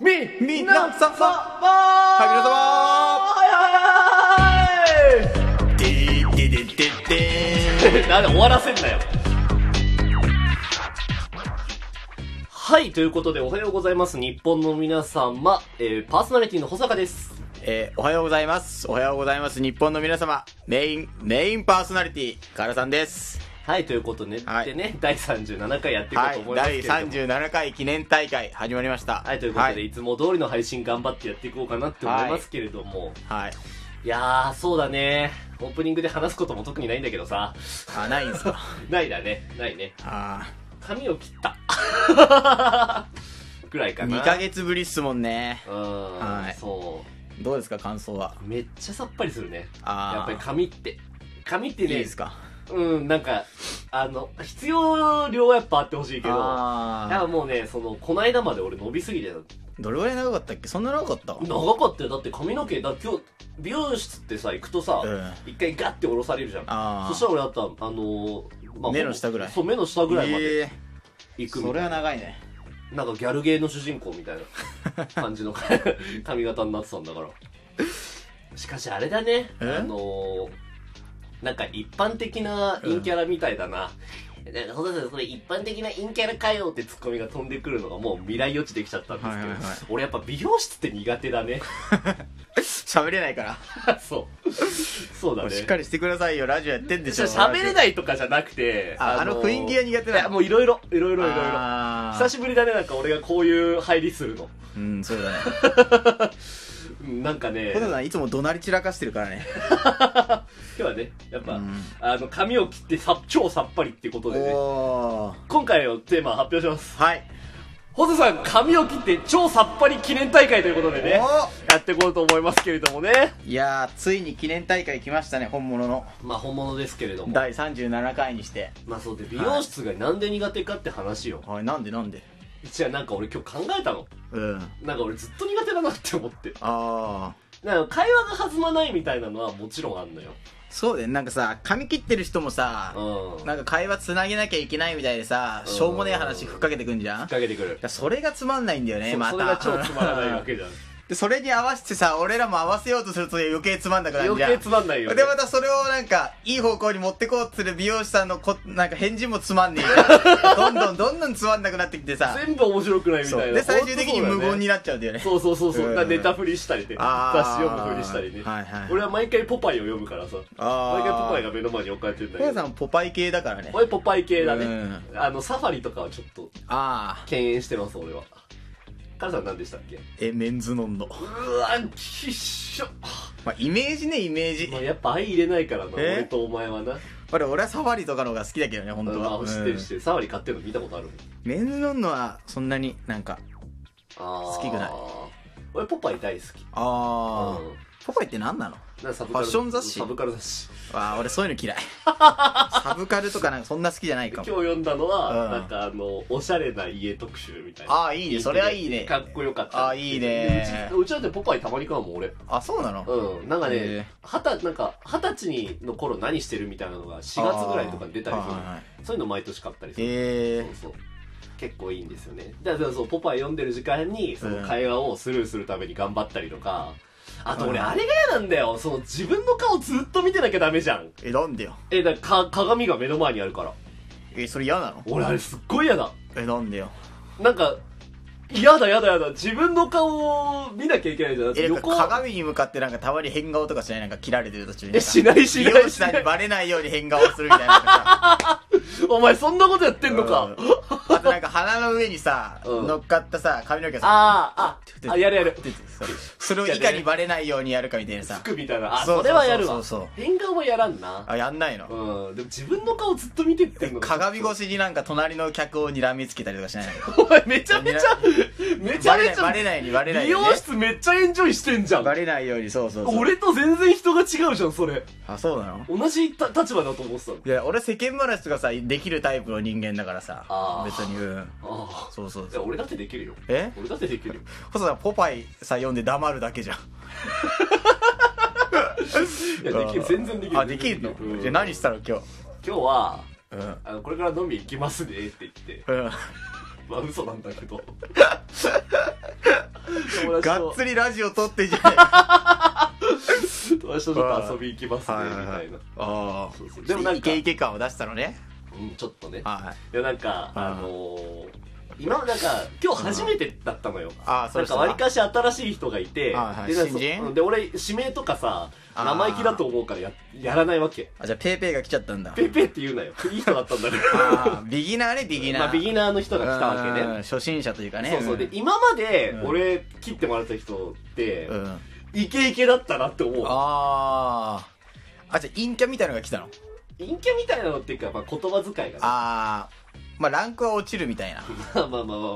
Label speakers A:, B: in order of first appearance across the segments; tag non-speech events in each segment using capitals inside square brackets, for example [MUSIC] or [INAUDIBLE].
A: さんさんさんはい皆様はいはいでででで
B: なんで終わらせんなよ。はい、ということでおはようございます。日本の皆様、えー、パーソナリティの保坂です。
A: えーおはようございますおはようございます日本の皆様メインメインパーソナリティカラさんです
B: はい、ということでね、
A: はい
B: でね第37回やっていこう
A: は
B: と
A: い
B: 思いますけ
A: 第
B: れども。
A: 37回記念大会始まりました
B: はい、ということで、
A: はい
B: い、つも通りの配信頑張ってやっていこうかなって思いますけれども、
A: はい
B: いやー、そうだね。オープニングで話すことも特にないんだけどさ。
A: あないんですか
B: ないだね。ないね。
A: あ
B: 髪を切っ
A: [LAUGHS]
B: た。ぐらいかな。
A: 2ヶ月ぶりっすもんね
B: うーん、
A: はい
B: そ
A: どうですか感想は
B: う。めっちゃさっぱりするね。
A: あー
B: やっぱり髪って。髪って
A: いい
B: ね、
A: ですか
B: うん、なんか、あの、必要量はやっぱあってほしいけど、だ
A: あ
B: からもうね、その、こないだまで俺伸びすぎてた。
A: ーどれぐらい長かったっけそんな長かった
B: 長かったよ。だって髪の毛、だ今日、美容室ってさ、行くとさ、
A: うん
B: 一回ガッて下ろされるじゃん。
A: あー
B: そしたら俺だったら、あのーまあ
A: 目の下ぐらい
B: そう、目の下ぐらいまで
A: えー
B: 行くみ
A: そ
B: た
A: れ
B: いな。
A: は長いね
B: なんかギャルゲーの主人公みたいな
A: [LAUGHS]
B: 感じの髪型になってたんだから。しかしあれだね、あ
A: え
B: のー、なんか一般的な陰キャラみたいだな。なんかそうですねそれ一般的な陰キャラかよってツッコミが飛んでくるのがもう未来予知できちゃったんですけど、
A: はいはいはい
B: 俺やっぱ美容室って苦手だ
A: [LAUGHS]
B: ね。
A: 喋れないから
B: そう。 [LAUGHS] そうだね。
A: しっかりしてくださいよラジオやってんでしょ
B: 喋れ
A: い
B: ないとかじゃなくて、
A: ああの雰囲気が苦手なの
B: いや、もういろいろ、いろいろいろいろ。久
A: 久
B: しぶりだね、なんか俺がこういう入りするの。
A: うんそう [LAUGHS] だね
B: うんなんかね、
A: 小田
B: 今
A: さんいつも怒鳴り散らかしてるからね
B: 日はね、やっぱ、
A: うん
B: あの、髪を切ってさ超さっぱりってことでね、
A: おー
B: 今回のテーマ発表します。
A: はい
B: ホセさん、髪を切って超さっぱり記念大会ということでね、
A: お
B: やっていこうと思いますけれどもね。
A: いやーついに記念大会来ましたね本物の
B: まあ、本物ですけれども。
A: 第37回にして
B: まあ、そうで、美容室がなんで苦手かって話よ。
A: はいなんでなんで
B: じゃあ、なんか俺今日考えたの。
A: うん
B: なんか俺ずっと苦手だなって思って。
A: ああ
B: なんか会話が弾まないみたいなのはもちろんあんのよ。
A: そうだよねなんかさ髪切ってる人もさ
B: うん。
A: なんか会話つなげなきゃいけないみたいでさしょうもねえ話ふっかけてくんじゃん
B: かけてくる
A: だか。らそれがつまんないんだよね
B: そ
A: また
B: それが超つまらないわけじ
A: [LAUGHS]
B: ゃん。
A: でそれに合わせてさ俺らも合わせようとすると余計つまんなくなるじゃん
B: 余計つまんないよね
A: でまたそれをなんかいい方向に持ってこうとする美容師さんのこ [LAUGHS] なんか返事もつまんねえから
B: [LAUGHS]
A: どんどんどんどんつまんなくなってきてさ
B: 全部面白くないみ
A: そ
B: た
A: う
B: いな。
A: で最終的に無言に
B: な
A: なっちゃうんだよね
B: そうそうそうそう。
A: うん
B: だからネタ振りしたりね。
A: あー
B: 雑誌読む振りしたりね。
A: はいはい
B: 俺は毎回ポパイを読むからさ。
A: あー
B: 毎回ポパイが目の前に置かれてるんだ
A: ペ
B: け
A: ガさ
B: ど。
A: んポパイ系だからね
B: 俺ポパイ系だ
A: う
B: ね
A: ん。
B: あの、サファリとかはちょっと
A: ああ
B: 敬遠してます、俺は。カズさん何でしたっけ
A: えメンズノンの、
B: うわ、きっしょ。
A: まあ、イメージねイメージ、
B: まあ、やっぱ相入れないからな、
A: え
B: 俺とお前はな。
A: 俺俺はサファリとかの方が好きだけどね本当は、
B: まあ、知って
A: うん
B: る知ってる。サファリ買ってるの見たことある
A: メンズノンのはそんなになんか
B: 好
A: 好きくない
B: 俺ポパイ大好き
A: ああ、
B: うん
A: ポパイって何なの
B: なんかサブカル
A: ファッション雑誌
B: サブカル雑誌
A: わあ俺そういうの
B: [LAUGHS]
A: 嫌いサブカルとかなんかそんな好きじゃない
B: 今
A: か
B: 日
A: も
B: 読んだのは、
A: うん
B: なんかあのおしゃれな家特集みたいな
A: ああいいねそれはいいね
B: かっこよかった
A: あーいいね
B: でうちうちだってポパイたまに買うもん俺
A: あそうなの
B: うんなんか
A: へ
B: ね
A: ー
B: 二十なんか二十歳にの頃何してるみたいなのが4月ぐらいとかに出たりする
A: あーはいはい
B: そういうの毎年買ったりする、
A: ええ
B: そうそう結構いいんですよねだからそうポパイ読んでる時間にその
A: うん
B: 会話をスルーするために頑張ったりとか、あと俺
A: うん
B: あれが嫌なんだよその自分の顔ずっと見てなきゃダメじゃん
A: えなんでよ
B: えだからか鏡が目の前にあるから
A: えそれ嫌なの
B: 俺あれすっごい嫌だ
A: えなんでよ
B: なんか嫌だ嫌だ嫌だ自分の顔を見なきゃいけないじゃんだって
A: えなん
B: 横
A: か鏡に向かってなんかたまに変顔とかしないなんか切られてる途中に
B: えしないしない
A: 美容師さんにバレないように変顔するみたいなな
B: [LAUGHS]
A: んか
B: お前そんなことやって
A: さ
B: んのか、
A: うんあとなんか鼻の上にさ、
B: うん
A: 乗っかったさ髪の毛をさ
B: あーああやるやる
A: ってそうそれをいかにバレないようにやるかみたいなさ
B: 服みたいなあ
A: そう
B: それはやるわ
A: そうそうそう
B: 変顔はやらんな
A: あやんないの
B: うんでも自分の顔ずっと見てってんのが
A: 鏡越しになんか隣の客を睨みつけたりとかしないの
B: お前めちゃめちゃ、めちゃめちゃ、
A: [LAUGHS] バレないバレないようにバレない
B: 美
A: ように
B: 容
A: ね
B: 室めっちゃエンジョイしてんじゃん。
A: バレないようにそうそうそう
B: 俺と全然人が違うじゃん、それ。
A: あそうなの
B: 同じた立場だと思ってたの。
A: いや俺世間話とかさできるタイプの人間だからさ
B: あー
A: 別にうん
B: あ
A: そうそう
B: あ。じゃあ俺だってできるよ。
A: え
B: 俺だってできるよ。
A: 細田ポパイさ読んで黙るだけじゃん
B: いや、できる、全然できる。
A: あできるの
B: うん
A: じゃあ何したの今日
B: 今日は、
A: うんうん
B: あの、これから飲み行きますねって言って。まあ嘘なんだけど。友達
A: がっ
B: と
A: つりラジオ撮ってんじゃねえ
B: [LAUGHS]
A: か
B: 友達とちょっと遊び行きますねみたいな
A: あ
B: そうそう
A: あ
B: でもなん
A: イ
B: か
A: ケイケ感を出したのね
B: うんちょっとね
A: はい
B: いやなんか
A: うん
B: あのー今なんか今日初めてだったのよ
A: ああそ
B: な
A: うんで
B: かわりかし新しい人がいて、
A: はいはい
B: でなんか
A: 新人
B: で俺指名とかさ
A: あー
B: 生意気だと思うからややらないわけ
A: あじゃあペーペーが来ちゃったんだ
B: ペイペイって言うなよいい人だったんだから
A: ああビギナーね [LAUGHS] ビギナー、
B: まあ、ビギナーの人が来たわけ
A: うん
B: ね
A: 初心者というかね
B: そうそうで
A: ん
B: 今まで
A: うん
B: 俺切ってもらった人って、
A: うんあ
B: イケイケだったなって思う
A: ああじゃあ陰キャみたいのが来たの
B: 陰キャみたいなのっていうか、まあ、言葉遣いがね
A: ああまあランクは落ちるみた
B: [LAUGHS]
A: いな
B: まあまあまあまあ、まあ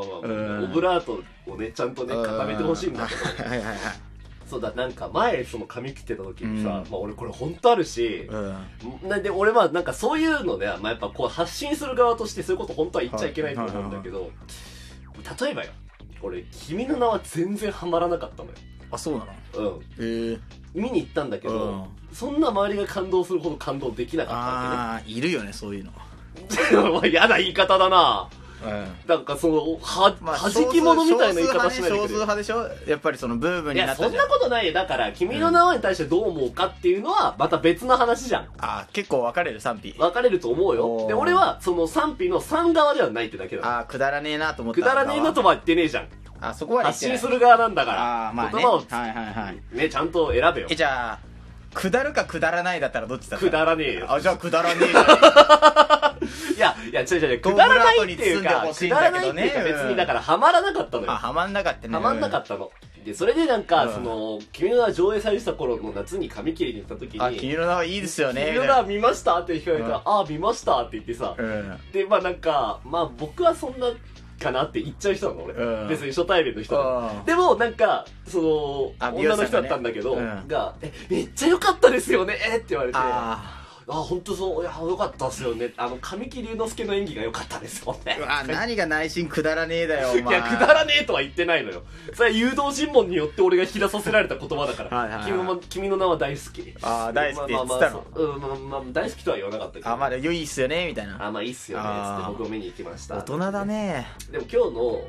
A: うん
B: オブラートをねちゃんとね固めてほしいんだけど
A: うんはいはいはい
B: [LAUGHS] そうだなんか前その髪切ってた時にさ、
A: うん
B: まあ、俺これ本当あるし、
A: うん
B: なんで俺はなんかそういうのね、まあ、やっぱこう発信する側としてそういうこと本当は言っちゃいけないと思うんだけど、例えばよ俺「君の名は全然ハマらなかったの
A: あそうなの
B: よ、
A: ええ
B: うん、見に行ったんだけど、
A: うん
B: そんな周りが感動するほど感動できなかっ
A: ああいるよねそういうの
B: たわけね [LAUGHS] まあ嫌な言い方だな
A: うん
B: なんかそのは、
A: まあ
B: はじき者みたいな言い方しないでく
A: 少数少
B: れ
A: 数
B: よ
A: 派でしょ少数派でしょやっぱりそのブーム
B: い
A: にな
B: や
A: っ
B: そ
A: た
B: ん
A: じゃ
B: なんことないよだから「君の名は」に対してどう思うかっていうのはまた別の話じゃん
A: あー結構分かれる賛否
B: 分かれると思うよ
A: おー
B: で俺はその賛否の3側ではないってだけだ
A: ああくだらねえなと思った
B: くだらねえなとは言ってねえじゃん
A: あそこは
B: 発信する側なんだから
A: ああーまあね
B: 言葉を、
A: はいはいはい
B: ねちゃんと選べよ
A: えじゃあくだるかくだらないだったらどっちだった
B: くだらねえよ
A: あじゃあくだらねえじゃん
B: いやいや違う違う違う
A: ゴ
B: く
A: ム
B: だ
A: ラ
B: ら
A: ー
B: な
A: ト
B: い
A: に
B: っていう
A: 包んで
B: か
A: ほし
B: く
A: いん
B: だら
A: だけ
B: ない
A: ど
B: っ
A: ね
B: ていうか別
A: う
B: に
A: ん
B: だからハマらなかったのよ
A: あはまんなかったね
B: はまんなかったのでそれでなんか、
A: うん
B: その「君の名は」上映されてた頃の夏に髪切りに行った時に
A: あ君の名はいいですよね
B: 君の名は見ました?」って聞かれたら「
A: うん
B: ああ見ました」って言ってさ、
A: うん
B: でまあなんかまあ僕はそんなかなって言っちゃう人なの俺、
A: うん
B: 別に初対面の人なの
A: あ
B: でもなんかその
A: あ美
B: 女
A: 容師
B: の
A: さん
B: 人だ
A: がね
B: ったんだけど
A: うん
B: が「えめっちゃ良かったですよね」って言われてあ
A: あ
B: 本当そういや良かったですよねあの神木隆之介の演技が良かったですよね
A: ーうわ何が内心くだらねえだよお
B: い
A: 前
B: や、くだらねえとは言ってないのよ。それは誘導尋問によって俺が引き出させられた言葉だから。
A: はいはいはい
B: 君も君の名は大好き。
A: あー大好き
B: まあまあまあ
A: つっ
B: そううんまあまあ大好きとは言わなかったけど。
A: あまだ良いっすよねみたいな
B: あまあいいっすよね。
A: あ
B: つ
A: ー
B: って僕も見に行きました。
A: 大人だ。ね
B: でも今日の、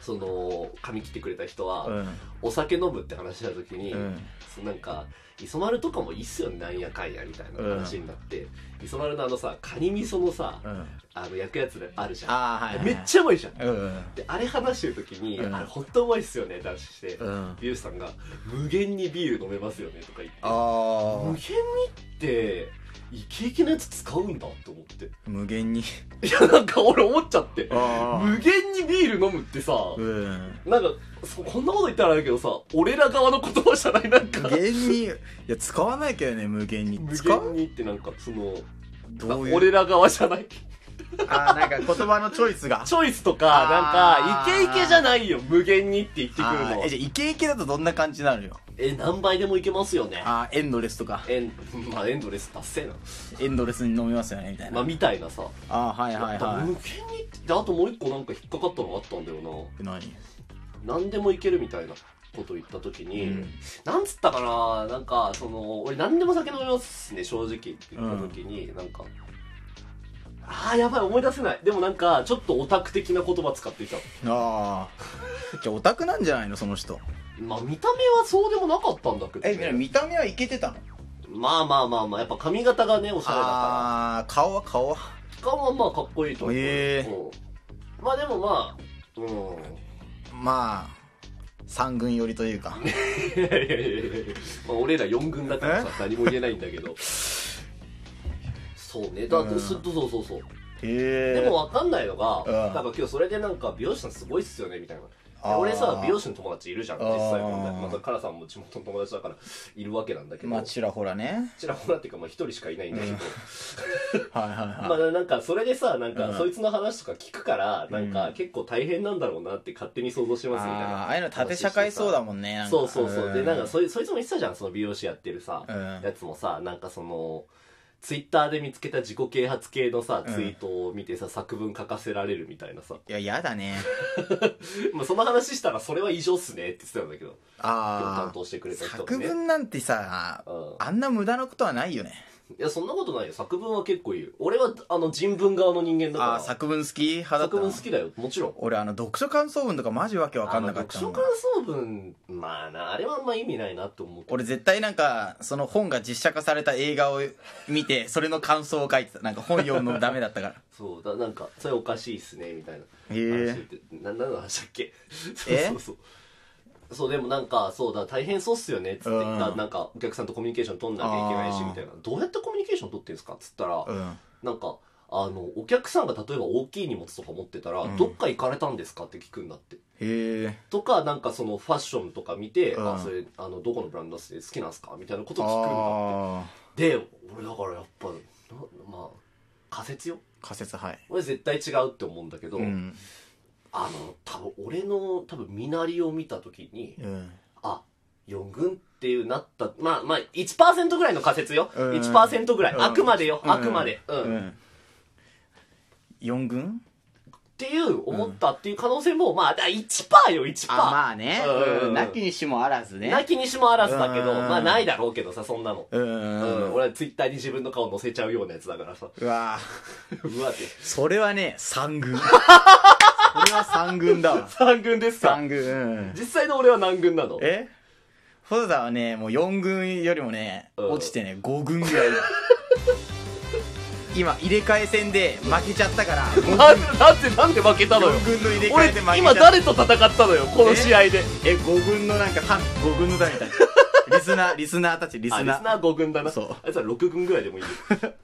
B: その、髪切ってくれた人は、
A: うん
B: お酒飲むって話した時に、
A: うん
B: そのなんか、磯丸とかもいいっすよね、なんやかんやみたいな話になって、磯丸のあのさ、カニ味噌のさ、
A: うん
B: あの、焼くやつあるじゃん。
A: ああはい
B: めっ
A: ゃ
B: ちゃうまいじゃん。
A: うん
B: であれ話してる時に「
A: うん
B: あれ本当うまいっすよね」って話して、
A: うん
B: 美容師さんが「無限にビール飲めますよね」とか言って
A: あ
B: 無限にってイケイケなやつ使うんだって思って
A: あ無限に
B: いやなんか俺思っちゃって
A: あ
B: 無限にビール飲むってさ、
A: うん
B: なんかそこんなこと言ったらあれだけどさ俺ら側の言葉じゃないなんか
A: 無限にいや使わないけどね無限に
B: 無
A: 使
B: 限
A: う
B: にってなんかその
A: どういう
B: 俺ら側じゃない
A: ああなんか言葉のチョイスが
B: チョイスとかなんか
A: あ
B: イ
A: ー
B: ケイケじゃないよ無限にって言ってくる
A: あ
B: の
A: ーえじゃあイケイケだとどんな感じなのよ
B: え何倍でもいけますよね
A: あーエンドレスとか
B: エン [LAUGHS] まあエンドレス達成な
A: エンドレスに飲みますよねみたい
B: ま
A: な、
B: あみたいなさ、
A: あーはいはい
B: やっぱ
A: は
B: 無限にってであともう一個なんか引っかかったのがあったんだよ
A: い何
B: な何でもいけるみたいなこと言った時に、
A: うん
B: なんつったかななんかその俺何でも酒飲みますね正直って言った時に、なんかあーやばい思い出せないでもなんかちょっとオタク的な言葉使ってきた
A: ああじゃあオタクなんじゃないのその人
B: まあ見た目はそうでもなかったんだけど、ね、
A: た目はいけてたの
B: まあまあまあまあやっぱ髪型がねおしゃれだから
A: ああ顔は顔は
B: 顔はまあかっこいいと思う、
A: へえ
B: うんまあでもまあうん
A: まあ三軍寄りというか
B: いやいやいやいやまあ俺ら4軍だからさ何も言えないんだけどそうねだ
A: うん
B: ずっとそうそうそう
A: へ
B: でも分かんないのが、
A: うん
B: なんか今日それでなんか美容師さんすごいっすよねみたいな
A: あ
B: で
A: ー
B: 俺さ美容師の友達いるじゃん実際問題
A: あー
B: またカラさんも地元の友達だからいるわけなんだけど、
A: まあちらほらね
B: ちらほらっていうかまあ一人しかいないんだけど、
A: はいはい
B: ま
A: はい、
B: あなんかそれでさなんか
A: うん
B: そいつの話とか聞くからなんか
A: うん
B: 結構大変なんだろうなって勝手に想像しますみたい
A: あー
B: な
A: ああいうの縦社会そうだもんねなんか
B: そうそうそうでなんか
A: ん
B: そいそいつも言ってたじゃんその美容師やってるさ
A: うん
B: やつもさなんかそのツイッターで見つけた自己啓発系のさ
A: うん
B: ツイートを見てさ作文書かせられるみたいなさ
A: いや嫌だね
B: まあその話したらそれは異常っすねって言ってたんだけど今日担
A: あ
B: [LAUGHS]
A: あ
B: 当してくれた人
A: 作
B: がね
A: 文なんてさ
B: うん
A: あんな無駄なことはないよね
B: いや、そんなことないよ。作文は結構いいよ。俺は、あの、人文側の人間だから。
A: あー作文好き派だった
B: 作
A: な
B: 文好きだよ。もちろん。
A: 俺あの読書感想文とかマジわけわかんなかった
B: あの
A: もん
B: 読書感想文、まあな、あれはあんま意味ないなと思うけど。
A: 俺絶対なんかその本が実写化された映画を見てそれの感想を書いてたなんか本読むのダメだったから
B: そうだ、なんか、それおかしいっすね、みたいな。
A: へえ
B: 話ってな、何の話だっけそう
A: え
B: そうそう。そう、でもなんか、そうだ、大変そうっすよね、つって言ったら、
A: うん
B: なんか、お客さんとコミュニケーション取んなきゃいけないし、
A: あー
B: みたいな。どうやってコミュニケーション取ってんすかつったら、
A: [LAUGHS] うん
B: なんか、あの、お客さんが例えば大きい荷物とか持ってたら、
A: うん
B: どっか行かれたんですかって聞くんだって。
A: へえ
B: とか、なんかそのファッションとか見て、
A: うん
B: あ、それ、あの、どこのブランドっすね好きなんすかみたいなこと聞くんだっ
A: ああ
B: て。で、俺だからやっぱ、なまあ、仮説よ。
A: 仮説はい
B: 俺絶対違うって思うんだけど、
A: うん
B: あの、多分俺の、多分身なりを見たときに、
A: うん
B: あ、四軍っていうなった、まあまあ1%ぐらいの仮説よ。
A: うん
B: 1%ぐらい。
A: うん
B: あくまでよ。
A: うん
B: あくまで。うん。
A: うん4軍
B: っていう、思ったっていう可能性も、まあ、だ1%よ、1%。
A: あまあね
B: うん
A: うんなきにしもあらず
B: な
A: ね
B: きにしもあらずだけど、
A: うん
B: まあないだろうけどさ、そんなの。
A: う
B: うん、
A: ん
B: 俺はツイッターに自分の顔載せちゃうようなやつだからさ。
A: うわ
B: うわって。
A: それはね3軍 [LAUGHS] それは3軍だわ
B: 3軍ですか
A: 3軍うん
B: 実際の俺は何軍なの
A: え細田はねもう4軍よりもね、
B: うん
A: 落ちてね5軍ぐらいだ今入れ替え戦で負けちゃったから
B: なんで、なんで、なんで負けたのよ
A: 4。軍の入れ替
B: 俺
A: えで負けちゃっ、た
B: 今誰と戦ったのよ、この試合で。
A: え5軍のなんか反5軍のだみたいなリスナーリスナーたちリス
B: あ、リス
A: ナー
B: ナー5軍だな。
A: そう
B: あいつは6軍ぐらいでもいいよ。